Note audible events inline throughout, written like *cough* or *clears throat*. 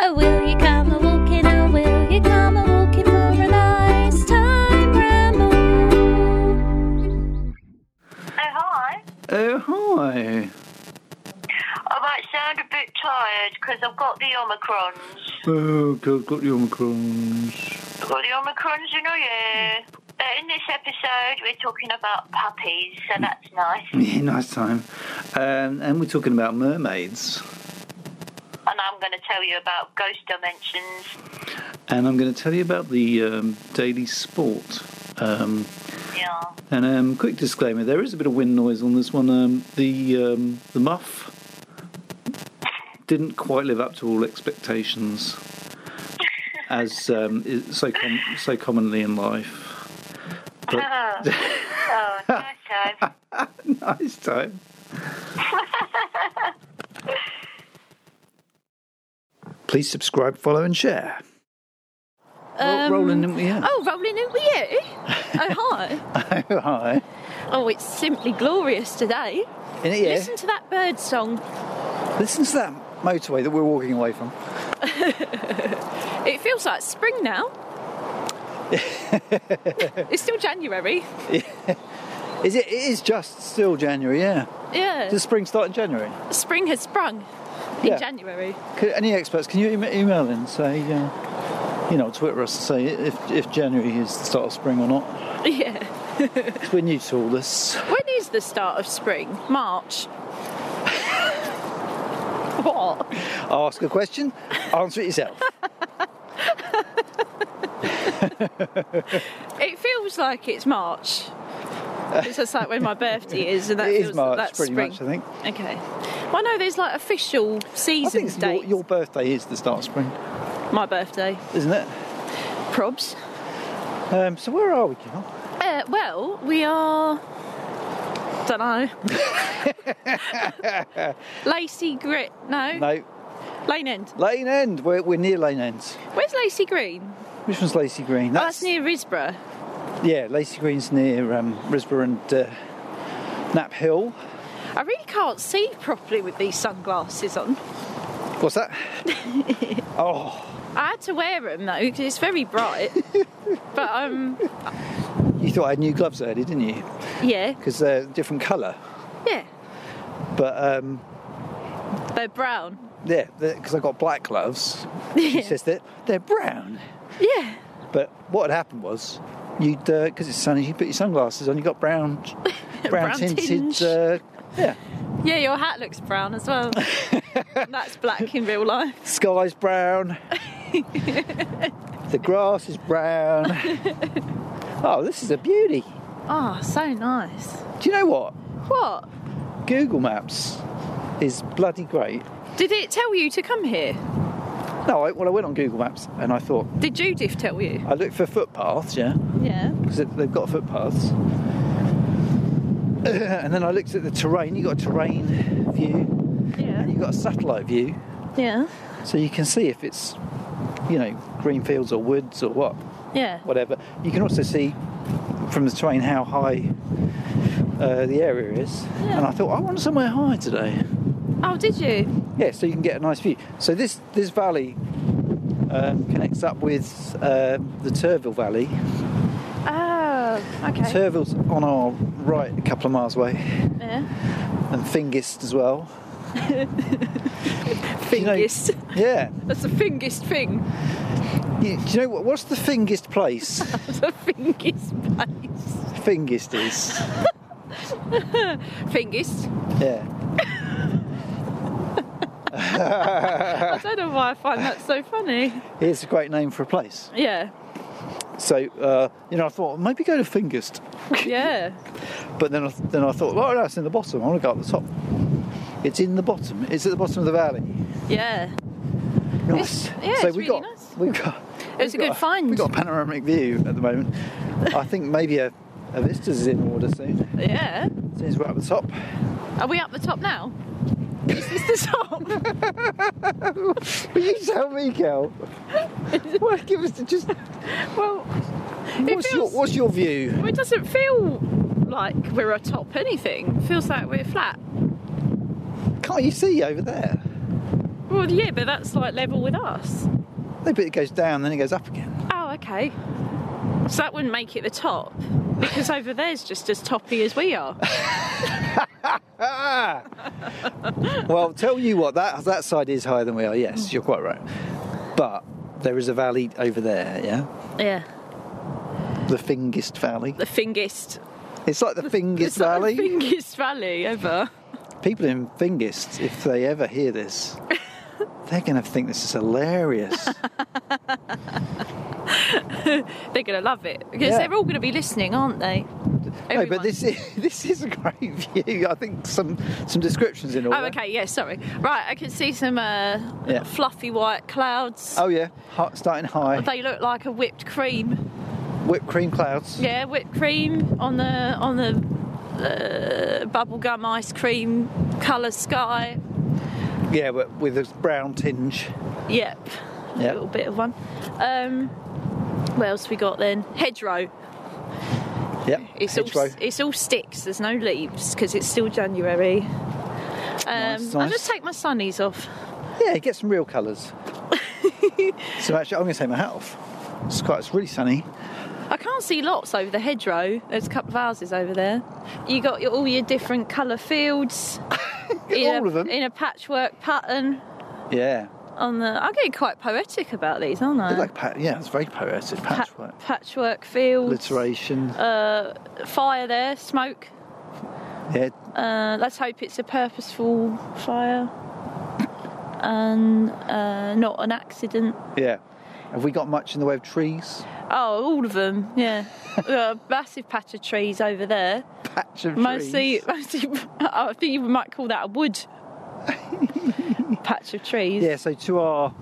Oh, will you come a walking? Oh, will you come a walking for a nice time ramble? Oh, hi. Oh, hi. I might sound a bit tired because I've got the Omicrons. Oh, God, got the Omicrons. I've got the Omicrons in a year. But in this episode, we're talking about puppies, so that's nice. Yeah, nice time. Um, and we're talking about mermaids. And I'm going to tell you about ghost dimensions. And I'm going to tell you about the um, daily sport. Um, Yeah. and um, quick disclaimer: there is a bit of wind noise on this one. Um, the um, the muff didn't quite live up to all expectations, as um, is so com- so commonly in life. But Oh, oh nice time. nice time. Please subscribe, follow, and share. Um, Rolling, didn't we? *laughs* Yeah. Oh, rolling over you. Oh, hi. Oh, hi. *laughs* Oh, it's simply glorious today. In it, yeah. Listen to that bird song. Listen to that motorway that we're walking away from. It feels like spring now. it's still January. Is it? It is just still January, yeah. Yeah. Does spring start in January? spring has sprung in Yeah. January. Could, any experts? Can you em- email in say, uh, you know, Twitter us to say if, if January is the start of spring or not? Yeah. 'Cause We're new to all this. When is the start of spring? March. *laughs* what? Ask a question, answer it yourself. It feels like it's March. It's just like when my birthday is, and that *laughs* it feels is March, like that's pretty spring. much. I think. Okay. Well, no, there's like official I think season it's your, dates. your birthday is the start of spring, My birthday. isn't it? Probs. Um, so where are we, Carol? Uh, well, we are. Don't *laughs* know. Lacey Grit. No. No, Lane End. Lane End. We're, we're near Lane End. Where's Lacey Green? Oh, Which one's Lacey Green? That's, that's Oh, near Risborough. Yeah, Lacey Green's near um, Risborough and uh, Knapp Hill. I really can't see properly with these sunglasses on. What's *laughs* that? oh, I had to wear them though because it's very *laughs* bright. but um, you thought I had new gloves earlier, didn't you? yeah, Because they're different colour. yeah, But um, they're brown. yeah, because I got black gloves. *laughs* She says that they're brown. Yeah, But what had happened was, you'd because it's sunny, you put your sunglasses on, you got *laughs* brown, brown, Brown tinge. tinted. Uh, yeah, yeah. Your hat looks brown as *laughs* well. And That's black in real life. sky's brown. *laughs* the grass is brown. oh, this is a beauty. Oh, so nice. Do you know what? What? Google Maps is bloody great. Did it tell you to come here? No, I, well, I went on Google Maps and I thought Did Judith tell you? I looked for footpaths, yeah, Yeah. because they've got footpaths. *clears throat* and then I looked at the terrain. You got a terrain view, Yeah. and you got a satellite view, Yeah. so you can see if it's, you know, green fields or woods or what, Yeah. whatever. You can also see from the terrain how high uh, the area is. Yeah. And I thought I want somewhere high today. Oh, did you? yeah, so you can get a nice view. So this this valley um, connects up with um, the Turville Valley. Oh, okay. Turville's on our right, a couple of miles away, yeah. and Fingist as *laughs* well. Do you know- Fingist. yeah. That's a fingist thing. *laughs* You- do you know what? What's the Fingist place? That's a fingist place. Fingist is. Fingist. Yeah. I don't know why I find that so funny. It's a great name for a place. Yeah, So uh, you know, I thought maybe go to Fingist, yeah. but then I, then I thought, oh no, it's in the bottom. I want to go up the top. It's in the bottom. It's at the bottom of the valley. Yeah. Nice. yeah, so it's we got really nice. we've got It was we've a good got find. We've got a panoramic view at the moment. I think maybe a, a vista's in order soon. Yeah. As soon as we're at the top. Are we up the top now? Is this the top? Will you tell me, *laughs* Kel? Well, give us the- just well, what's your feels- what's your view? it doesn't feel like we're atop anything. It feels like we're flat. Can't you see over there? Well, yeah, but that's like level with us. No, but it goes down, then it goes up again. Oh, okay. So that wouldn't make it the top because over there's just as toppy as we are. Ah! well, tell you what, that that side is higher than we are. Yes, you're quite right. But there is a valley over there, yeah, Yeah. the Fingist Valley. The fingist. It's like the Fingist *laughs* It's like Valley. the fingist valley ever. People in Fingist, if they ever hear *laughs* this, they're going to think this is hilarious. They're going to love it because Yeah. they're all going to be listening, aren't they? no, Everyone. but this is *laughs* this is a great view. I think some some descriptions in order. Oh, okay. Yeah, sorry. Right, I can see some uh, Yeah. fluffy white clouds. Oh yeah, Hi- starting high. They look like a whipped cream. Whipped cream clouds. Yeah, whipped cream on the on the uh, bubblegum ice cream colour sky. Yeah, but with a brown tinge. Yep. Yeah. A little bit of one. Um, what else we got then? Hedgerow. Yep. It's all hedgerow. it's all sticks. There's no leaves because it's still January. Um, Nice, I'll nice. just take my sunnies off. Yeah, get some real *laughs* colours. so actually, I'm going to take my hat off. It's quite. It's really sunny. I can't see lots over the hedgerow. There's a couple of houses over there. You got your, all your different colour fields. in All a, of them. in a patchwork pattern. Yeah. On the, I'm getting quite poetic about these, aren't I? It's like pat- yeah, it's very poetic. Uh. Pa- Patchwork. patchwork fields. Alliteration. Uh, fire there, smoke. yeah. Uh, let's hope it's a purposeful fire and uh, not an accident. Yeah. Have we got much in the way of trees? Oh, all of them, *laughs* yeah. We've got a massive patch of trees over there. Patch of Mostly, trees. *laughs* mostly, I think you might call that *laughs* a wood patch of trees. Yeah. So to our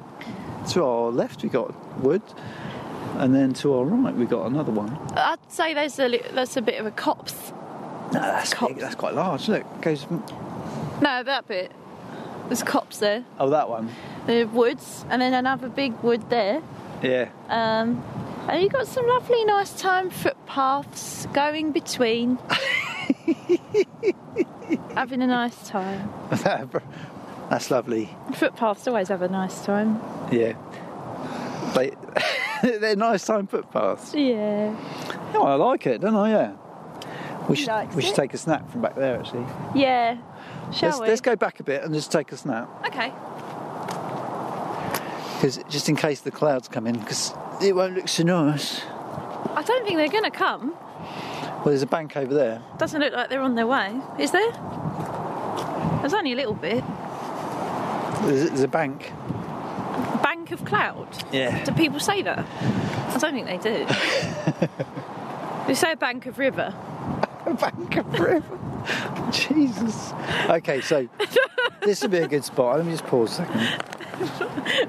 to our left we got wood, and then to our right we got another one. I'd say there's a li- there's a bit of a copse. No, that's Cop- big. That's quite large. Look, goes. No, that bit. There's a copse there. Oh, that one. The woods, and then another big wood there. Yeah. *laughs* Um, and you've got some lovely, nice time footpaths *laughs* going between. Having a nice time. that's lovely. Footpaths always have a nice time. Yeah. They *laughs* they're nice time footpaths. Yeah. Oh, I like it, don't I? Yeah. We should likes we should it. take a snap from back there actually. Yeah. Shall let's, we? let's go back a bit and just take a snap Okay. because just in case the clouds come in because it won't look so nice. I don't think they're going to come. Well, there's a bank over there. Doesn't look like they're on their way. Is there? There's only a little bit. There's, there's a bank. Bank of cloud. Yeah. Do people say that? I don't think they do. they say a bank of river. A bank of river. Jesus. Okay, so this would be a good spot. Let me just pause a second.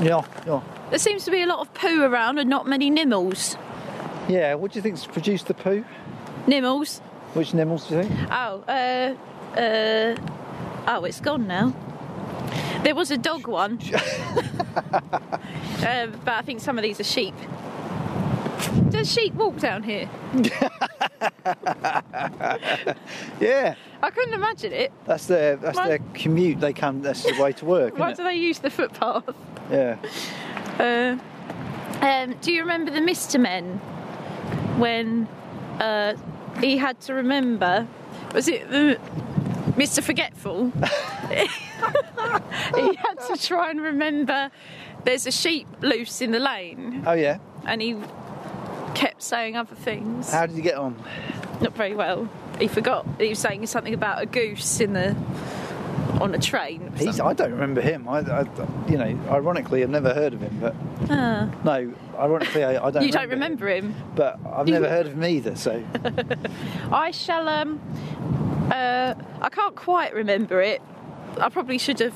Yeah, yeah. There seems to be a lot of poo around and not many nimmels. Yeah, what do you think's produced the poo? Nimmels? Which nymals do you think? Oh, uh, uh, oh, it's gone now. There was a dog one. *laughs* um, but I think some of these are sheep. Does sheep walk down here? Yeah, I couldn't imagine it. that's their that's Mine- their commute. They come. That's the way to work. Why Isn't do it? they use the footpath? Yeah. Uh, um, do you remember the Mister Men when uh, he had to remember? Was it the Mister Forgetful? *laughs* he had to try and remember. There's a sheep loose in the lane, Oh yeah. and he kept saying other things. How did you get on? Not very well. He forgot. He was saying something about a goose in the on a train. or He's, I don't remember him. I, I, you know, ironically, I've never heard of him. But something. Ah. no, ironically, I, I don't. you don't remember him. him. But I've *laughs* never heard of him either. So I shall. Um, uh, I can't quite remember it. I probably should have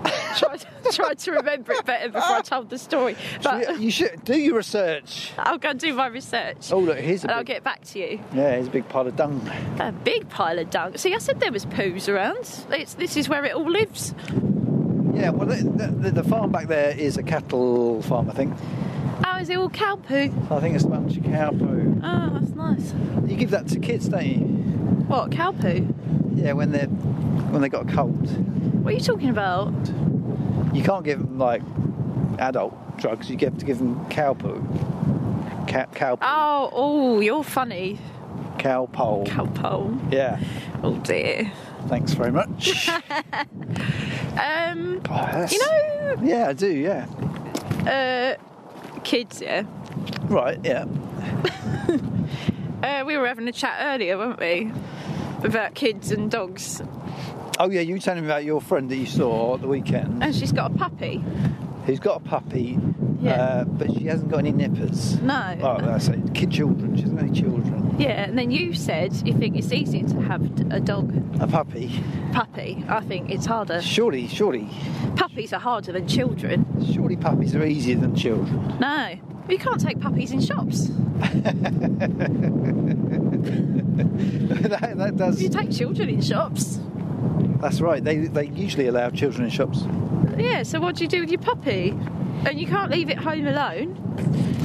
*laughs* tried, tried to remember it better before I told the story. But you, you should do your research. *laughs* I'll go and do my research. Oh look, here's a and I'll big, get back to you. yeah, here's a big pile of dung. A big pile of dung. See, I said there was poos around. It's, this is where it all lives. Yeah, well, the, the, the farm back there is a cattle farm, I think. Oh, is it all cow poo? I think it's a bunch of cow poo. Oh, that's nice. You give that to kids, don't you? What, cow poo? Yeah, when they're when they got a cold, What are you talking about? you can't give them like adult drugs. You have to give them cow poo. Cow, cow poo. Oh, oh, you're funny. Cow pole. Cow pole. Yeah. Oh dear. Thanks very much. *laughs* Um, God, that's- you know, Yeah, I do. Yeah. uh, kids, yeah. Right. Yeah. Uh, we were having a chat earlier, weren't we? About kids and dogs. Oh yeah, you were telling me about your friend that you saw at the weekend. And she's got a puppy. who's got a puppy, Oh, Yeah. uh, but she hasn't got any nippers. No. Oh, that's it. Kid children. She hasn't got any children. Yeah, and then you said you think it's easier to have a dog A puppy. puppy. I think it's harder. Surely, surely, Puppies are harder than children. surely puppies are easier than children. *laughs* No. You can't take puppies in shops. that, that does. You take children in shops. That's right. They they usually allow children in shops. Yeah, so what do you do with your puppy? And you can't leave it home alone.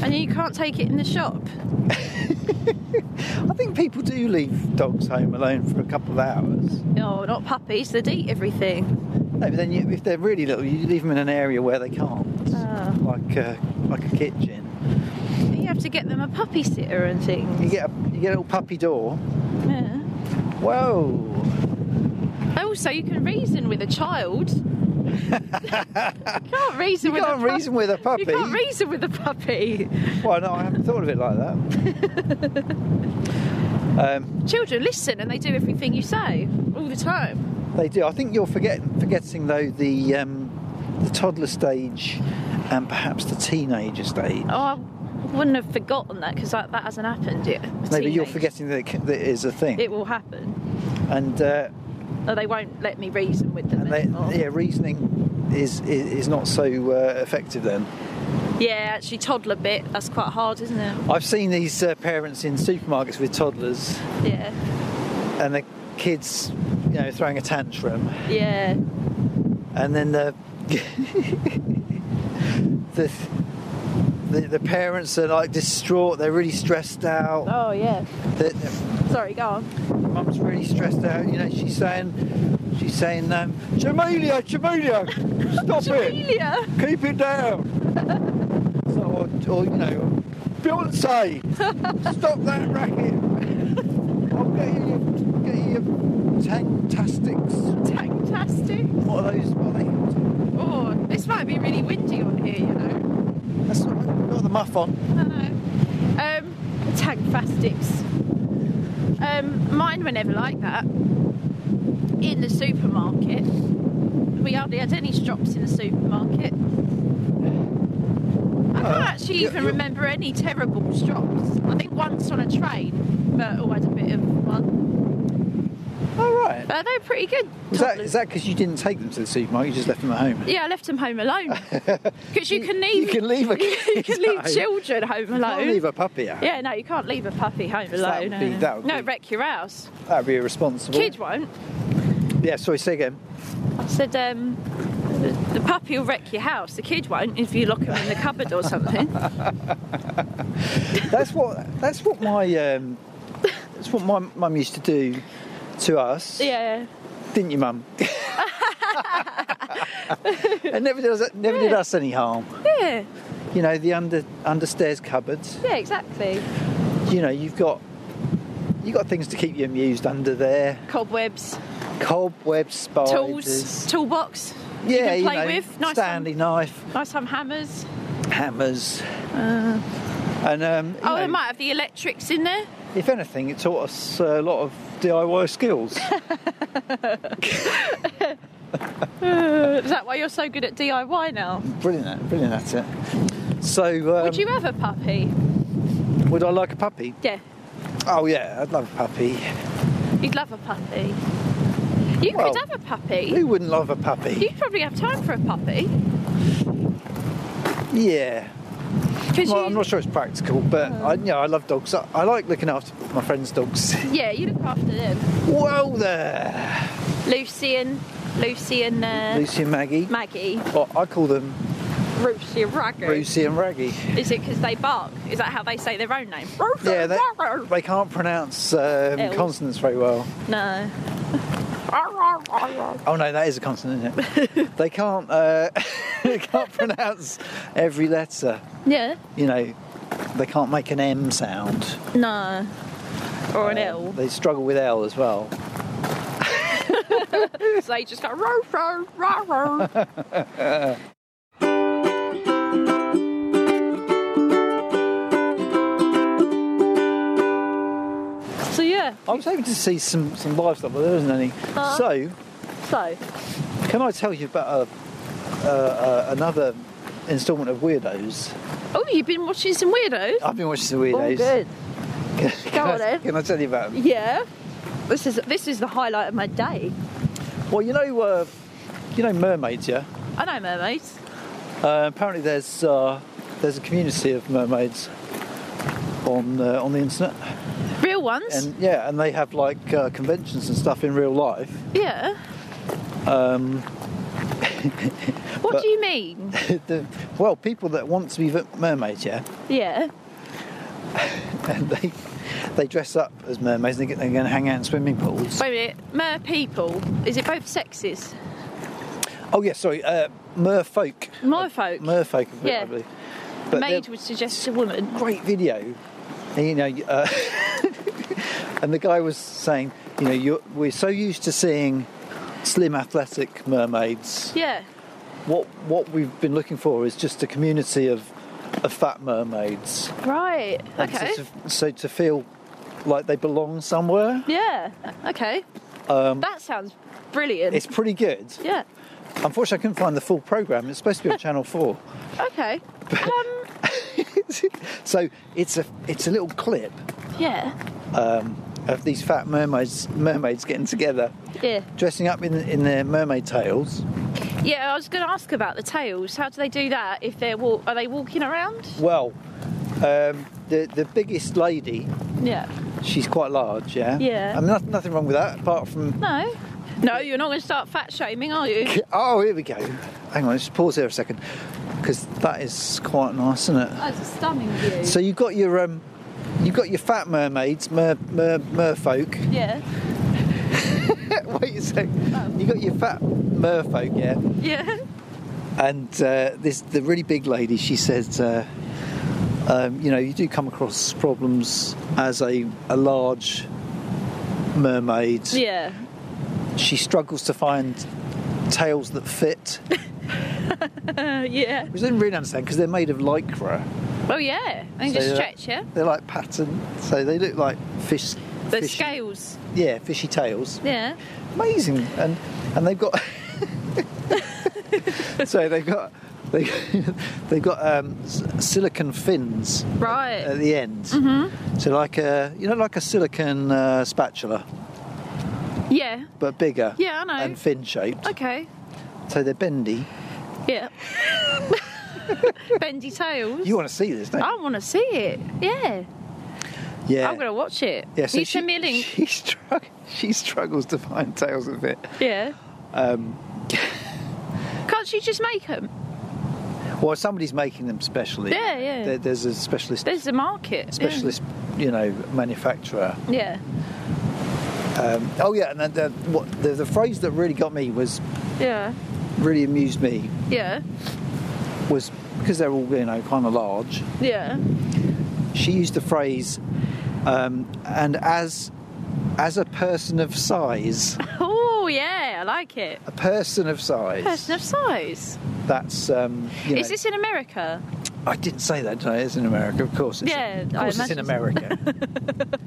And you can't take it in the shop. I think people do leave dogs home alone for a couple of hours. No, not puppies, they'd eat everything. No, but then you, if they're really little, you leave them in an area where they can't, Ah. like a, like a kitchen. You have to get them a puppy sitter and You things. get a you get a little puppy door. Yeah. Whoa. *laughs* Also, Oh, you can reason with a child. you can't reason You with can't a puppy. reason with a puppy. You can't reason with a puppy. Well, no, I haven't thought of it like that. *laughs* um, Children listen and they do everything you say all the time. they do. I think you're forgetting, forgetting though the um, the toddler stage and perhaps the teenager stage. Oh, I wouldn't have forgotten that because that, that hasn't happened yet. Maybe you're Teenage. forgetting that it, c- that it is a thing. It will happen. and uh, Or they won't let me reason with them and they, anymore. yeah, reasoning is is, is not so uh, effective then. Yeah, actually, toddler bit, that's quite hard, isn't it? I've seen these uh, parents in supermarkets with toddlers Yeah. and the kids, you know, throwing a tantrum. Yeah. and then the *laughs* the, the the parents are like distraught. They're really stressed out. Oh, yeah. The, the Sorry, go on. mum's really stressed out. You know, she's saying, she's saying, um, Jamelia, Jamelia, stop it, Amelia! keep it down. *laughs* So, or, or you know, *laughs* Beyonce, stop that racket. I'll get you, get you your tantastics. Fantastic. What are those? What are they called? Oh, this might be really windy on here, you know. That's not, not the muff on. I know. *laughs* Um, tag fastics. Um, mine were never like that. In the supermarket, we hardly had any strops in the supermarket. I Oh, can't actually you- even you- remember any terrible strops. I think once on a train, but oh, I had a bit of one. All right. But they're pretty good. Is that toddlers. is that because you didn't take them to the supermarket? You just left them at home. Yeah, I left them home *laughs* alone because you, can leave You can leave a kid. *laughs* you can leave at home. children home You can't alone. leave a puppy at home. Yeah, no, you can't leave a puppy home So that would alone. be- uh, that would no, be- wreck your house. That'd be irresponsible. Kid won't. Yeah. Sorry. Say again. I said, um, the, the puppy will wreck your house. The kid won't if you lock him in the cupboard or *laughs* something. That's what that's what my um, that's what my mum used to do to us. yeah. Didn't you, *laughs* mum? it never did us, never did Yeah. us any harm. Yeah. You know the under understairs cupboards. Yeah. Exactly. You know you've got you have got things to keep you amused under there. Cobwebs, Cobweb spiders. tools, toolbox. you can play with. Nice Stanley knife, Some, nice some hammers. hammers, and um, you Uh. Oh, know, they might have the electrics in there. if anything, it taught us a lot of DIY *laughs* skills. Uh, Is that why you're so good at DIY now? brilliant, at- brilliant at it. So, um, Would you have a puppy? would I like a puppy? Yeah. Oh yeah, I'd love a puppy. You'd love a puppy. You Well, could have a puppy. Who wouldn't love a puppy? You probably have time for a puppy. Yeah. 'cause Well, you, I'm not sure it's practical, but I, you know, I love dogs. I, I like looking after my friends' dogs. *laughs* Yeah, you look after them. Whoa there, Lucy and Lucy and uh, Lucy and Maggie. Maggie. Well, I call them Roosy and Raggy. Roosy and Raggy. Is it because they bark? Is that how they say their own name? Roosy Yeah, and they, Raggy. they can't pronounce um, L's. consonants very well. No. *laughs* Oh no, that is a consonant, isn't it? they can't uh, *laughs* they can't pronounce every letter. Yeah. You know, they can't make an M sound. No. Or an Uh, *laughs* L. They struggle with L as well. So they just go row, row, row, row. *laughs* So yeah, I was hoping to see some some livestock, but there isn't any. Uh-huh. So, so can I tell you about a, uh, uh, another instalment of Weirdos? oh, you've been watching some weirdos. I've been watching some Weirdos. Oh, good. *laughs* Can, Go I, on then. can I tell you about them? Yeah. This is this is the highlight of my day. Well, you know, uh, you know, mermaids, yeah. I know mermaids. Uh, apparently, there's uh, there's a community of mermaids on uh, on the internet, Real ones. and yeah, and they have like uh, conventions and stuff in real life. *laughs* yeah. Um, *laughs* What but- do you mean? the, well, people that want to be v- mermaids, yeah, *laughs* Yeah. and they they dress up as mermaids. And they get, they're going to hang out in swimming pools. Wait a minute. Mer people. Is it both sexes? Oh yeah, sorry, uh, merfolk. Merfolk. Merfolk, Yeah. I believe. But they're- Maid would suggest a woman. great video. And, you know, uh, *laughs* and the guy was saying, you know, you're, we're so used to seeing slim, athletic mermaids. Yeah. What what we've been looking for is just a community of, of fat mermaids. Right. And Okay. So to, so to feel like they belong somewhere, Yeah. Okay. um, That sounds brilliant. it's pretty good. Yeah. Unfortunately, I couldn't find the full program. It's supposed to be on Channel Four. *laughs* Okay. Um. so it's a it's a little clip Yeah. um, of these fat mermaids mermaids getting together. Yeah. dressing up in, in their mermaid tails. Yeah. I was going to ask about the tails. How do they do that? If they're walk, are they walking around? Well, um, the the biggest lady, Yeah. she's quite large, yeah. Yeah. I mean, nothing, nothing wrong with that, apart from. No. No, you're not going to start fat shaming, are you? Oh, here we go. Hang on, just pause here a second, because that is quite nice, isn't it? That's a stunning view. So you've got your um, you've got your fat mermaids, mer, mer merfolk. *laughs* yeah. Wait a sec. You got your fat merfolk, yeah. Yeah. And uh, this the really big lady. She said, uh, um, you know, you do come across problems as a, a large mermaid. Yeah. She struggles to find tails that *laughs* fit, Uh, yeah. which I didn't really understand because they're made of lycra. Oh yeah. And So just they're- stretch, yeah. They're like pattern, so they look like fish. The fishy- scales. Yeah, fishy tails. Yeah. amazing and and they've *laughs* got *laughs* so they've got they, *laughs* they've got um, s- silicon fins Right. at the end Mm-hmm. so like a you know like a silicon uh, spatula Yeah. but bigger Yeah, I know. and fin shaped Okay. so they're bendy *laughs* Yeah. Bendy tails. you want to see this don't you? I want to see it. Yeah. yeah I'm going to watch it. yeah, so you she, send me a *laughs* link. She, strugg- she struggles to find tails of it. yeah. Um, *laughs* Can't you just make them? well, somebody's making them specially. Yeah, yeah. There, there's a specialist, There's the market. specialist, you know, manufacturer Yeah. Um, oh yeah, and the, the, what, the, the phrase that really got me was Yeah. really amused me Yeah. was because they're all you know kind of large. Yeah. *laughs* She used the phrase, um, and as as a person of size, Oh yeah, I like it. a person of size. Person of size. That's um, you know, Is this in America? I didn't say that. Did I? It's in America, of course. It's, Yeah, of I course it's in imagine so. *laughs* America.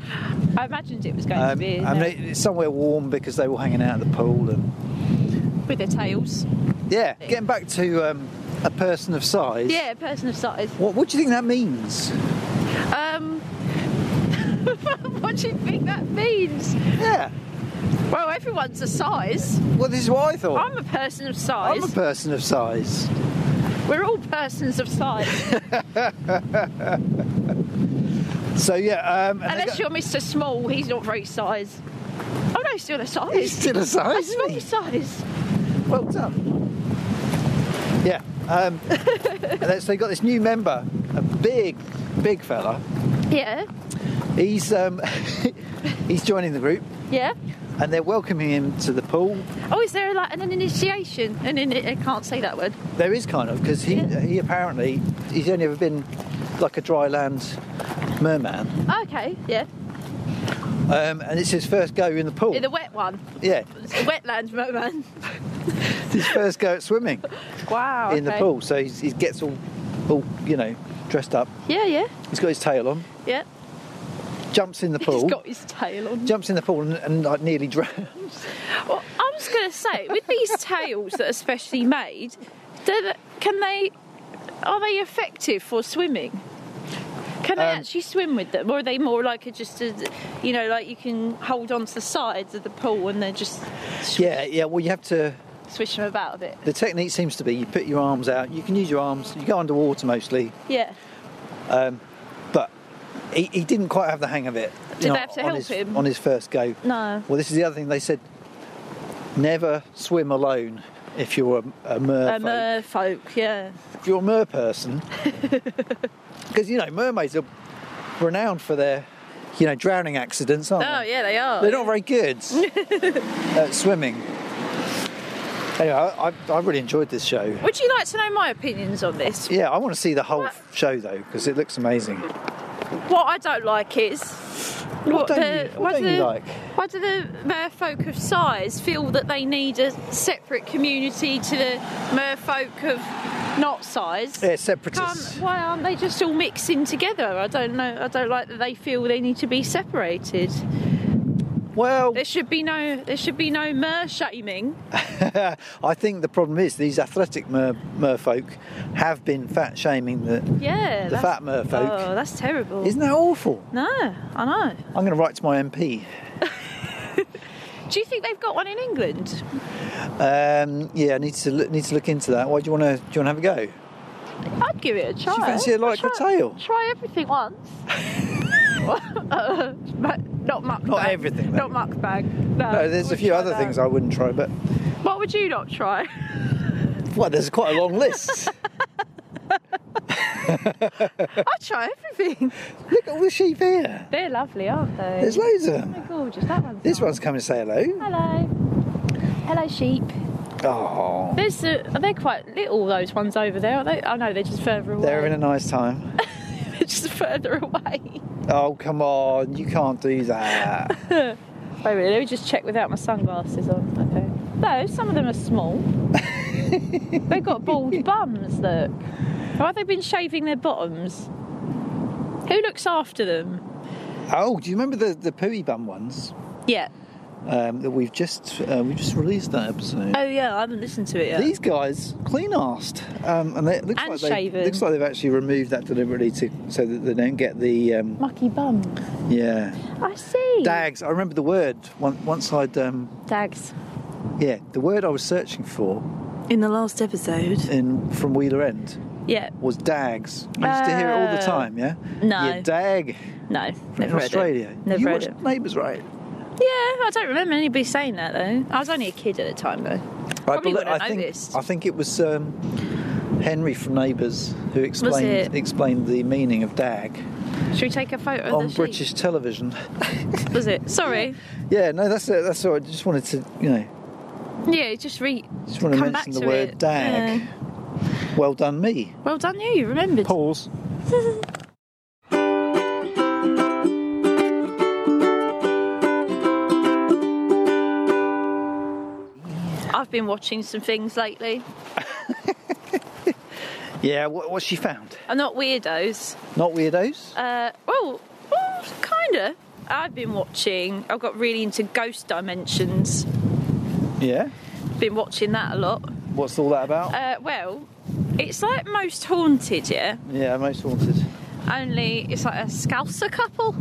I imagined it was going to um, be uh, I mean, it's somewhere warm because they were hanging out at the pool and with their tails. yeah. Getting back to um, a person of size. Yeah, person of size. What, what do you think that means? Um, *laughs* what do you think that means? Yeah. Well, everyone's a size. Well, this is what I thought. I'm a person of I'm size. a person of size. We're all persons *laughs* of size, So yeah, um, and they unless go- you're Mr. Small. He's not very size. Oh no, he's still a size. he's still a a size. small Isn't he? size. Well done. Yeah, Um, *laughs* and then, so they got this new member, a big, big fella. Yeah. He's um, *laughs* he's joining the group, Yeah. and they're welcoming him to the pool. Oh, is there like an, an initiation? An in- I can't say that word. There is kind of because he Yeah. he apparently he's only ever been like a dry land merman, Okay. Yeah. um, and it's his first go in the pool. In the wet one. *laughs* yeah, It's a wetland moment. it's his first go at swimming *laughs* Wow. in the okay. pool. So he's, he gets all all you know dressed up. Yeah. Yeah. He's got his tail on, Yeah. jumps in the *laughs* He's pool, got his tail on. jumps in the pool, and, and like nearly drowns. Well, I was going to say, *laughs* with these tails that are specially made, do th- can they are they effective for swimming? Can they Um, actually swim with them, or are they more like a, just a, you know, like you can hold on to the sides of the pool and they're just sw- Yeah, yeah. Well, you have to. swish them about a bit? The technique seems to be you put your arms out. You can use your arms. You go underwater mostly, Yeah. but he, he didn't quite have the hang of it. you Did they have to on help his, him? on his first go? No. Well, this is the other thing they said: never swim alone if you're a, a mer. Um, folk. uh, folk, yeah. If you're a mer *laughs* person, because you know mermaids are renowned for their, you know, drowning accidents, aren't Oh, they? yeah, they are. They're not very *laughs* good at swimming. Anyway, I, I, I really enjoyed this show. Would you like to know my opinions on this? Yeah, I want to see the whole show though because it looks amazing. What I don't like is what, don't the, you- what why don't you the- like? Why do the merfolk of size feel that they need a separate community to the merfolk of not size? Yeah, Can't, separatists. why aren't they just all mixing together? I don't know. I don't like that they feel they need to be separated. Well, *laughs* There should be no. There should be no mer shaming. I think the problem is these athletic mer- merfolk have been fat shaming the. Yeah, The that's- fat merfolk. Oh, that's terrible. Isn't that awful? no, I know. I'm going to write to my MP. Do you think they've got one in England? Um, yeah, I need to look, need to look into that. Why do you want to do you want to have a go? I'd give it a try. Do you fancy a lycra try, tail? Try *laughs* everything once. *laughs* uh, but not muckbang. Not everything, though. Not muckbang. No, No, there's a wouldn't few try other that. things I wouldn't try, but What would you *laughs* not try? *laughs* well, there's quite a long list. I'd try everything. look at all the sheep here. They're lovely, aren't they? There's loads of them. They're gorgeous. That one's This nice. one's coming to say hello. Hello. Hello, sheep. Oh, There's uh, they're quite little. Those ones over there, aren't they? I know they're just further away. they're having a nice time. *laughs* They're just further away. Oh, come on, you can't do that. Wait a minute. Let me just check without my sunglasses on. Okay. No, some of them *laughs* are small. They've got bald bums. Look. Or have they been shaving their bottoms? Who looks after them? Oh, do you remember the the pooey bum ones Yeah. um, that we've just uh, we just released that episode? Oh yeah, I haven't listened to it yet. These guys clean assed, um, and they, it looks And like they shaven. looks like they've actually removed that deliberately to so that they don't get the um, Mucky bums. yeah I see. dags. I remember the word once, once I'd um, Dags. yeah the word I was searching for In the last episode, in from Wheeler End Yeah. was dags. I used to hear it all the Oh. time. Yeah, No. you dag No. in Never heard Australia. It. Never you heard watched it. Neighbours, right? Yeah, I don't remember anybody saying that though. I was only a kid at the time though. Probably believe- wouldn't have think, noticed. I think it was um, Henry from Neighbours who explained it? explained the meaning of dag Should we take a photo of on the sheep? British television. Was it? Sorry. yeah, no, that's it. That's all. I just wanted to, you know, Yeah, just re. just want to Come mention the back to word it. dag. Well done, me. Well done, you. You remembered. Pause. I've been watching some things lately. Yeah, what, what she found? Are not weirdos. Not weirdos. Uh, well, well kinda. I've been watching. I've got really into Ghost Dimensions. Yeah. Been watching that a lot. What's all that about? Uh, well, it's like most haunted, yeah. yeah, most haunted. Only it's like a Scouser couple.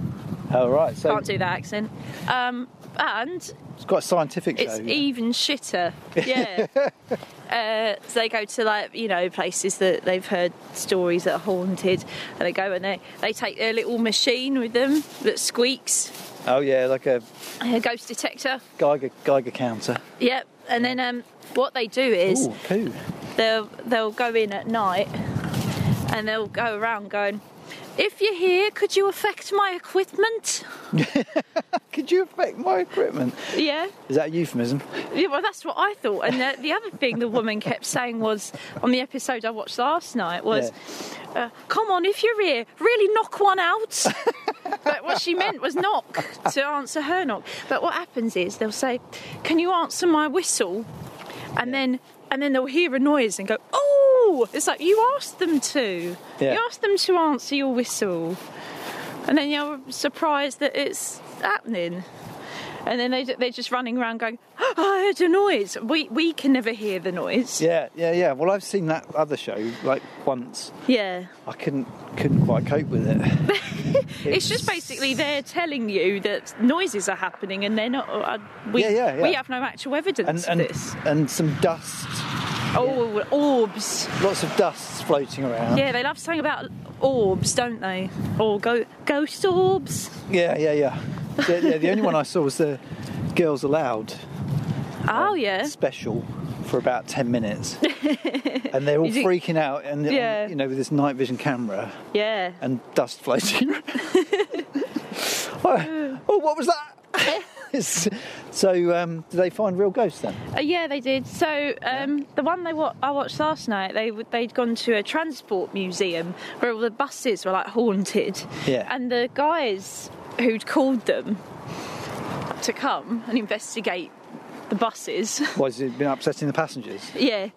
All right. So Can't do that accent. Um, and it's quite a scientific It's e- show. even shitter. Yeah. uh, so they go to like you know places that they've heard stories that are haunted, and they go and they they take their little machine with them that squeaks, Oh yeah, like a a ghost detector. Geiger Geiger counter. Yep. And then um, what they do is Ooh, poo. they'll they'll go in at night and they'll go around going, if you're here, could you affect my equipment? Could you affect my equipment? Yeah. Is that a euphemism? Yeah, well, that's what I thought. And the, the other thing the woman kept saying was on the episode I watched last night was, uh, "Come on, if you're here, really knock one out." *laughs* but what she meant was knock to answer her knock. But what happens is they'll say, "Can you answer my whistle?" And then and then they'll hear a noise and go, "Oh!" It's like you asked them to. Yeah. You asked them to answer your whistle, and then you're surprised that it's happening and then they they're just running around going, *gasps* oh, "I heard a noise." We we can never hear the noise. Yeah, yeah, yeah. Well, I've seen that other show like once. Yeah. I couldn't couldn't quite cope with it. *laughs* It's just basically they're telling you that noises are happening, and they're not. Uh, we Yeah, yeah, yeah. we have no actual and evidence and of this. and some dust, Oh, orbs. lots of dust floating around. Yeah, they love saying about orbs, don't they? Or go ghost orbs. yeah, yeah. yeah. The, yeah, the only *laughs* one I saw was the Girls Aloud Oh yeah. special for about ten *laughs* minutes, and they're all You do- freaking out, and Yeah. you know with this night vision camera Yeah. and dust floating. *laughs* around. *laughs* oh, oh, what was that? *laughs* It's- so, um, do they find real ghosts then? Uh, yeah, they did. So um, the one they wa- I watched last night, they w- they'd gone to a transport museum where all the buses were like haunted. Yeah. And the guys who'd called them to come and investigate the buses. Why has it been upsetting the passengers? yeah.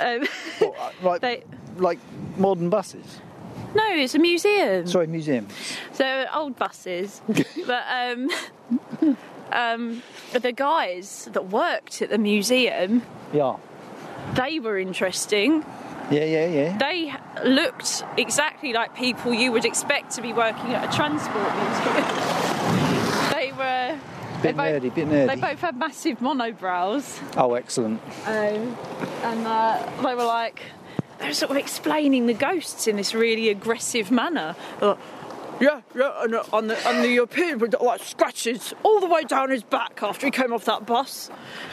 Um, *laughs* What, uh, *laughs* like, They- like modern buses. no, it's a museum. Sorry, museum. So old *laughs* buses, but um, um, the guys that worked at the museum, Yeah. they were interesting. Yeah, yeah, yeah. they looked exactly like people you would expect to be working at a transport museum. *laughs* they were. Bit nerdy, bit nerdy. They both had massive monobrows, Oh, excellent. um, Oh. and uh, they were like they were sort of explaining the ghosts in this really aggressive manner. Uh, yeah, yeah, and uh, on the on the European with like scratches all the way down his back after he came off that bus.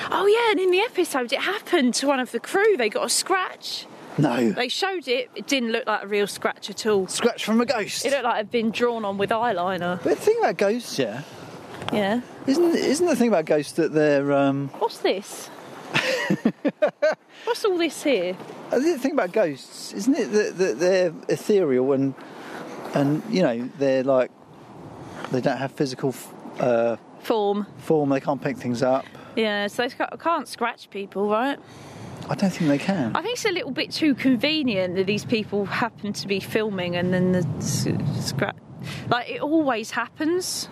Oh yeah, and in the episode it happened to one of the crew. They got a scratch. No. They showed it. It didn't look like a real scratch at all. Scratch from a ghost. It looked like it'd been drawn on with eyeliner. But the thing about ghosts, yeah, Yeah. isn't isn't the thing about ghosts that they're um, What's *laughs* this? What's all this here? the thing about ghosts, isn't it that, that they're ethereal and and you know they're like they don't have physical f- uh, Form. form, they can't pick things up. Yeah, so they ca- can't scratch people, right? I don't think they can. I think it's a little bit too convenient that these people happen to be filming and then the s- scratch. Like, it always happens.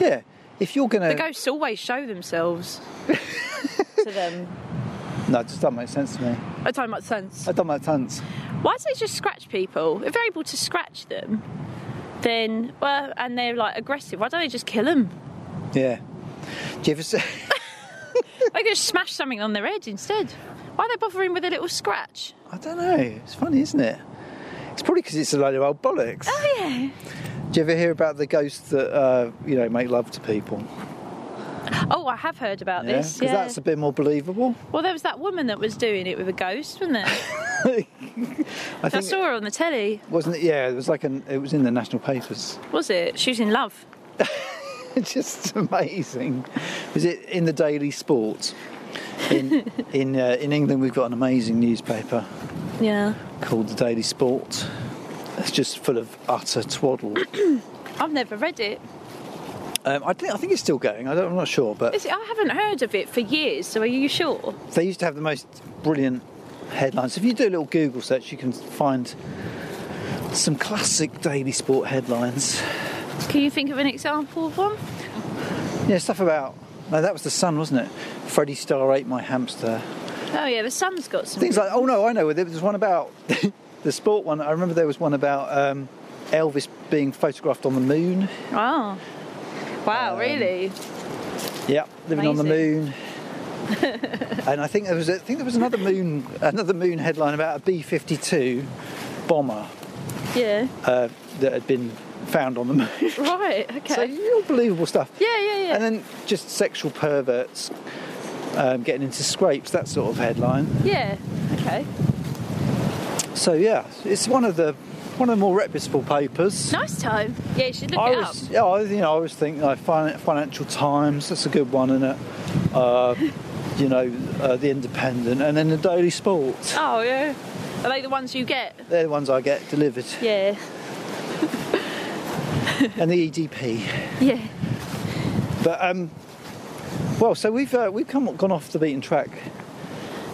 Yeah, if you're gonna The ghosts always show *laughs* themselves to them. no, it just doesn't make sense to me. That don't make sense. I've done my tons. Why do they just scratch people? If they're able to scratch them, then well, and they're like aggressive. Why don't they just kill them? Yeah. Do you ever *laughs* see? They could just smash something on their head instead. Why are they bothering with a little scratch? I don't know. It's funny, isn't it? It's probably because it's a load of old bollocks. Oh yeah. Do you ever hear about the ghosts that uh, you know make love to people? Oh, I have heard about Yeah, this. because Yeah. that's a bit more believable. *laughs* Well, there was that woman that was doing it with a ghost, wasn't there? I I think saw her on the telly. wasn't it? Yeah, it was like an. It was in the national papers. *laughs* Was it? She was in love. It's just amazing. Was it in the Daily Sport? *laughs* In in uh, in England, we've got an amazing newspaper Yeah. called the Daily Sport. It's just full of utter twaddle. I've never read it. Um, I think I think it's still going. I don't, I'm not sure, but Is it. I haven't heard of it for years. So are you sure? they used to have the most brilliant headlines. If you do a little Google search, you can find some classic Daily Sport headlines. Can you think of an example of one? Yeah, stuff about. No, that was the Sun, wasn't it? Freddie Star ate my hamster. Oh yeah, the sun's got some. Things like. Oh no, I know. There was one about *laughs* the sport one. I remember there was one about um, Elvis being photographed on the moon. Oh. Wow, Um, really? Yeah, living on the Amazing. moon. and I think there was a, I think there was another moon another moon headline about a B fifty two bomber Yeah. *laughs* uh, that had been found on the moon. *laughs* Right, okay. So real believable stuff. yeah, yeah, yeah. And then just sexual perverts um, getting into scrapes, that sort of headline. yeah, okay. So yeah, it's one of the one of the more reputable papers. Nice time. Yeah, you should look I it was, up. yeah, I, you know, I was thinking like fin- Financial Times. That's a good one, isn't it? *laughs* Uh, you know, uh, the Independent, and then the Daily Sport. Oh yeah. Are they the ones you get? They're the ones I get *laughs* delivered, Yeah. and the EDP. Yeah. But um, well, so we've uh, we've come gone off the beaten track.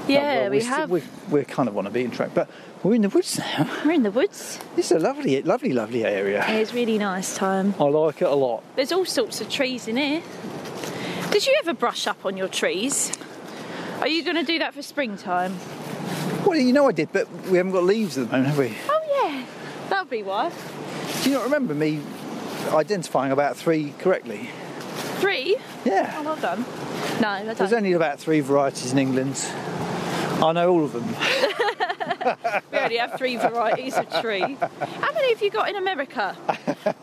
Yeah, Uh, well, we we're st- have. We're, we're kind of on a beaten track, but we're in the woods now. We're in the woods. It's a lovely, lovely, lovely area. It's really nice time. I like it a lot. There's all sorts of trees in here. Did you ever brush up on your trees? Are you going to do that for springtime? Well, you know I did, but we haven't got leaves at the moment, have we? Oh yeah, that'll be why. Do you not remember me identifying about three correctly? Three. Oh, Yeah. well done. No, I don't. There's only about three varieties in England. I know all of them. We only have three varieties of tree. How many have you got in America?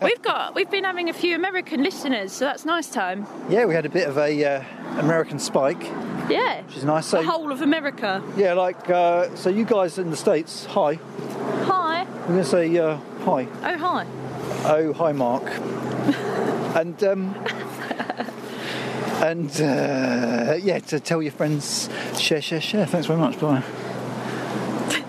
We've got. We've been having a few American listeners, so that's nice time. Yeah, we had a bit of a uh, American spike, which Yeah. is nice. So The whole of America. yeah, like uh, so you guys in the states, hi. Hi. I'm gonna say uh, hi. Oh hi. Oh, hi, Mark. and um, and uh, yeah, to tell your friends, share, share, share. Thanks very much. Bye.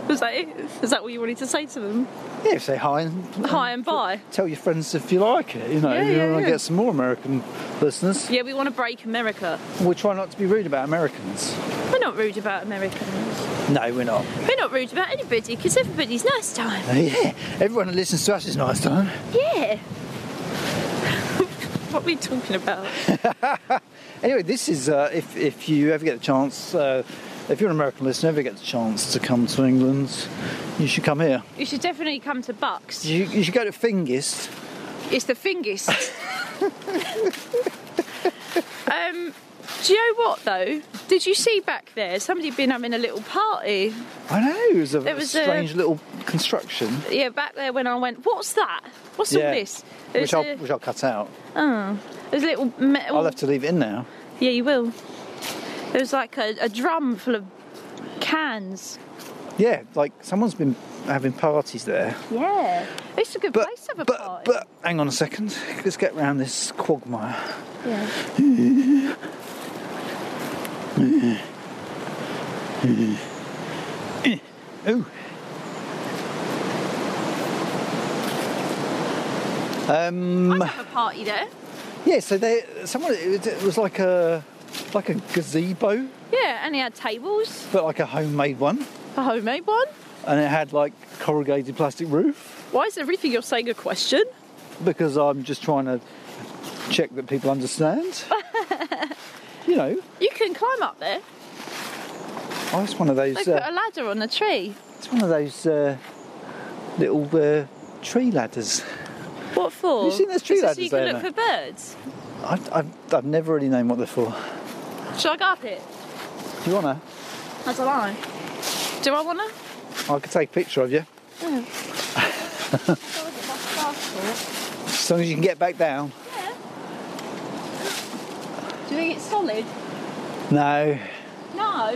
Was that it? Is that what you wanted to say to them? Yeah, say hi and Hi and bye. tell your friends if you like it. You know, Yeah, if you yeah, want to yeah. get some more American listeners. Yeah, we want to break America. We'll try not to be rude about Americans. We're not rude about Americans. No, we're not. We're not rude about anybody because everybody's nice time. Uh, yeah, everyone who listens to us is nice, time. Yeah. *laughs* what are we talking about? Anyway, this is uh, if if you ever get the chance. Uh, if you're an American listener, ever get the chance to come to England, you should come here. You should definitely come to Bucks. You, you should go to Fingist. It's the fingers. um, do you know what though? Did you see back there? Somebody had been having a little party. I know it was a It was, uh, strange little construction, Yeah, back there when I went, what's that? What's Yeah. all this? There's which I'll, a, which I'll cut out. oh, there's a little metal. I'll have to leave it in now. Yeah, you will. There was like a, a drum full of cans. Yeah, like someone's been having parties there. Yeah. It's a good But place to have a but party. but hang on a second. Let's get round this quagmire. yeah. Ooh. Um, I'd have a party there. yeah, so they someone it was, it was like a like a gazebo, Yeah, and they had tables, but like a homemade one, a homemade one. and it had like corrugated plastic roof Why is everything you're saying a question? because I'm just trying to check that people understand. you know, You can climb up there. oh, it's one of They those put uh, a ladder on a tree. it's one of those uh, little uh, tree ladders. What for? you seen those tree Is ladders this so you there, can no? look for birds. I, I've I've never really known what they're for. Should I go up it? Do you wanna? I don't know. Do I want to? I could take a picture of you. As long as you can get back down. Do you think it's solid? No, No.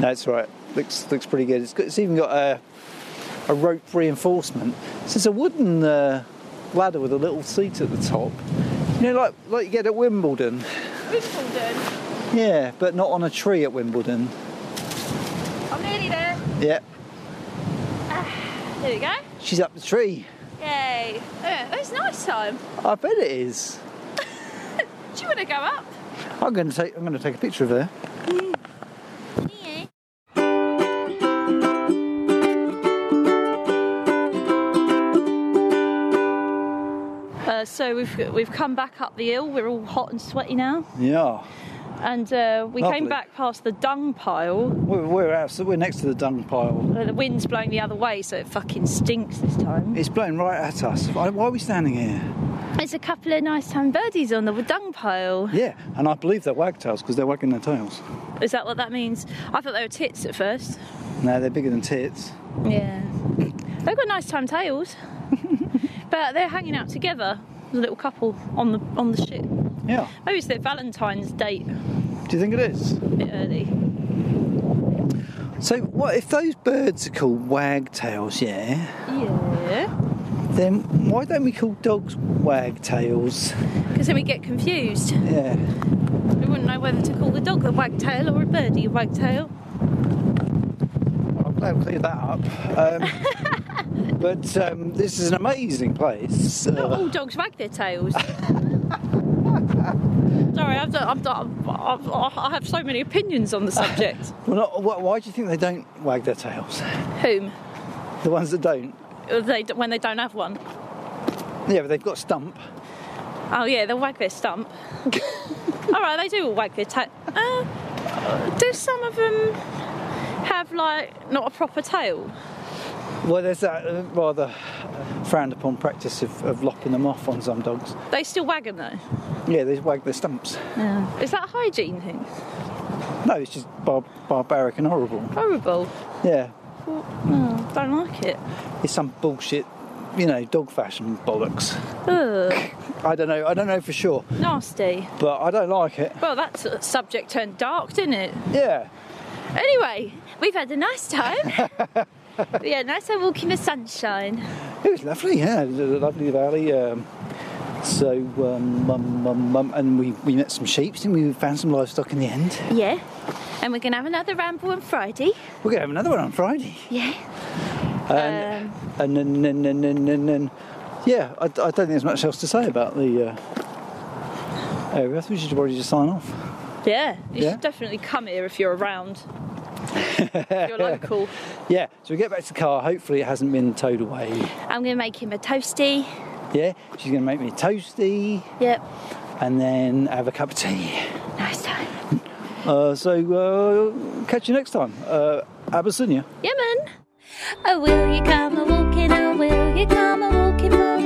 no, it's all right. Looks looks pretty good. It's, got, it's even got a a rope reinforcement. So it's a wooden uh, ladder with a little seat at the top. You know, like like you get at Wimbledon. Wimbledon. Yeah, but not on a tree at Wimbledon. I'm nearly there. Yeah, There we go. she's up the tree. Yay. Yeah, it's nice time. I bet it is. Do you want to go up? I'm going to take I'm going to take a picture of her. Uh, so we've we've come back up the hill. We're all hot and sweaty now, Yeah, and uh, we Lovely. came back past the dung pile. we're we're, out, so we're next to the dung pile. Uh, The wind's blowing the other way, so it fucking stinks this time. It's blowing right at us. Why why are we standing here? There's a couple of nice time birdies on the dung pile. Yeah, and I believe they're wagtails because they're wagging their tails. Is that what that means? I thought they were tits at first. No, they're bigger than tits. Yeah. They've got nice time *laughs* tails. but they're hanging out together as a little couple on the on the ship. Yeah. Maybe it's their Valentine's date Do you think it is? a bit early. So, what if those birds are called wagtails? Yeah. Yeah. Then why don't we call dogs wagtails? Because then we get confused. Yeah. We wouldn't know whether to call the dog a wagtail or a birdie a wagtail. I'm glad we cleared that up. Um, but um, this is an amazing place. Not Uh, all dogs wag their *laughs* tails. Sorry, I've, done- I've, done- I've, I've, I have so many opinions on the subject. well, not, wh- why do you think they don't wag their tails? *laughs* Whom? The ones that don't. They, d- when they don't have one. Yeah, but they've got a stump. Oh yeah, they'll wag their stump. all right, they do all wag their tail. Uh, do some of them have like not a proper tail? Well, there's that uh, rather uh, frowned upon practice of, of lopping them off on some dogs. They still wag 'em though. Yeah, they wag their stumps. Is that a hygiene thing? No, it's just bar- barbaric and horrible. Horrible. Yeah, Oh, don't like it. it's some bullshit, you know, dog fashion bollocks. Ugh, I don't know. I don't know for sure, nasty. but I don't like it. Well, that s- subject turned dark, didn't it? Yeah. Anyway, we've had a nice time. we had a nice time walking in the sunshine. It was lovely, yeah. It was a lovely valley. Um, so, um, um, um, um, and we, we met some sheep, and we? we found some livestock in the end. Yeah. And we're going to have another ramble on Friday. We're going to have another one on Friday. Yeah. And, and, then then then then then then yeah, I, I don't think there's much else to say about the uh, area. I think we should probably just sign off. Yeah. You Yeah. should definitely come here if you're around. if you're local. Yeah, so we get back to the car. Hopefully, it hasn't been towed away. I'm going to make him a toasty. Yeah, she's going to make me toasty Yep. and then have a cup of tea. Nice time. Uh, so, uh, catch you next time. Uh, Abyssinia. Yeah, man. Oh, will you come a walking? Oh, will you come a walking for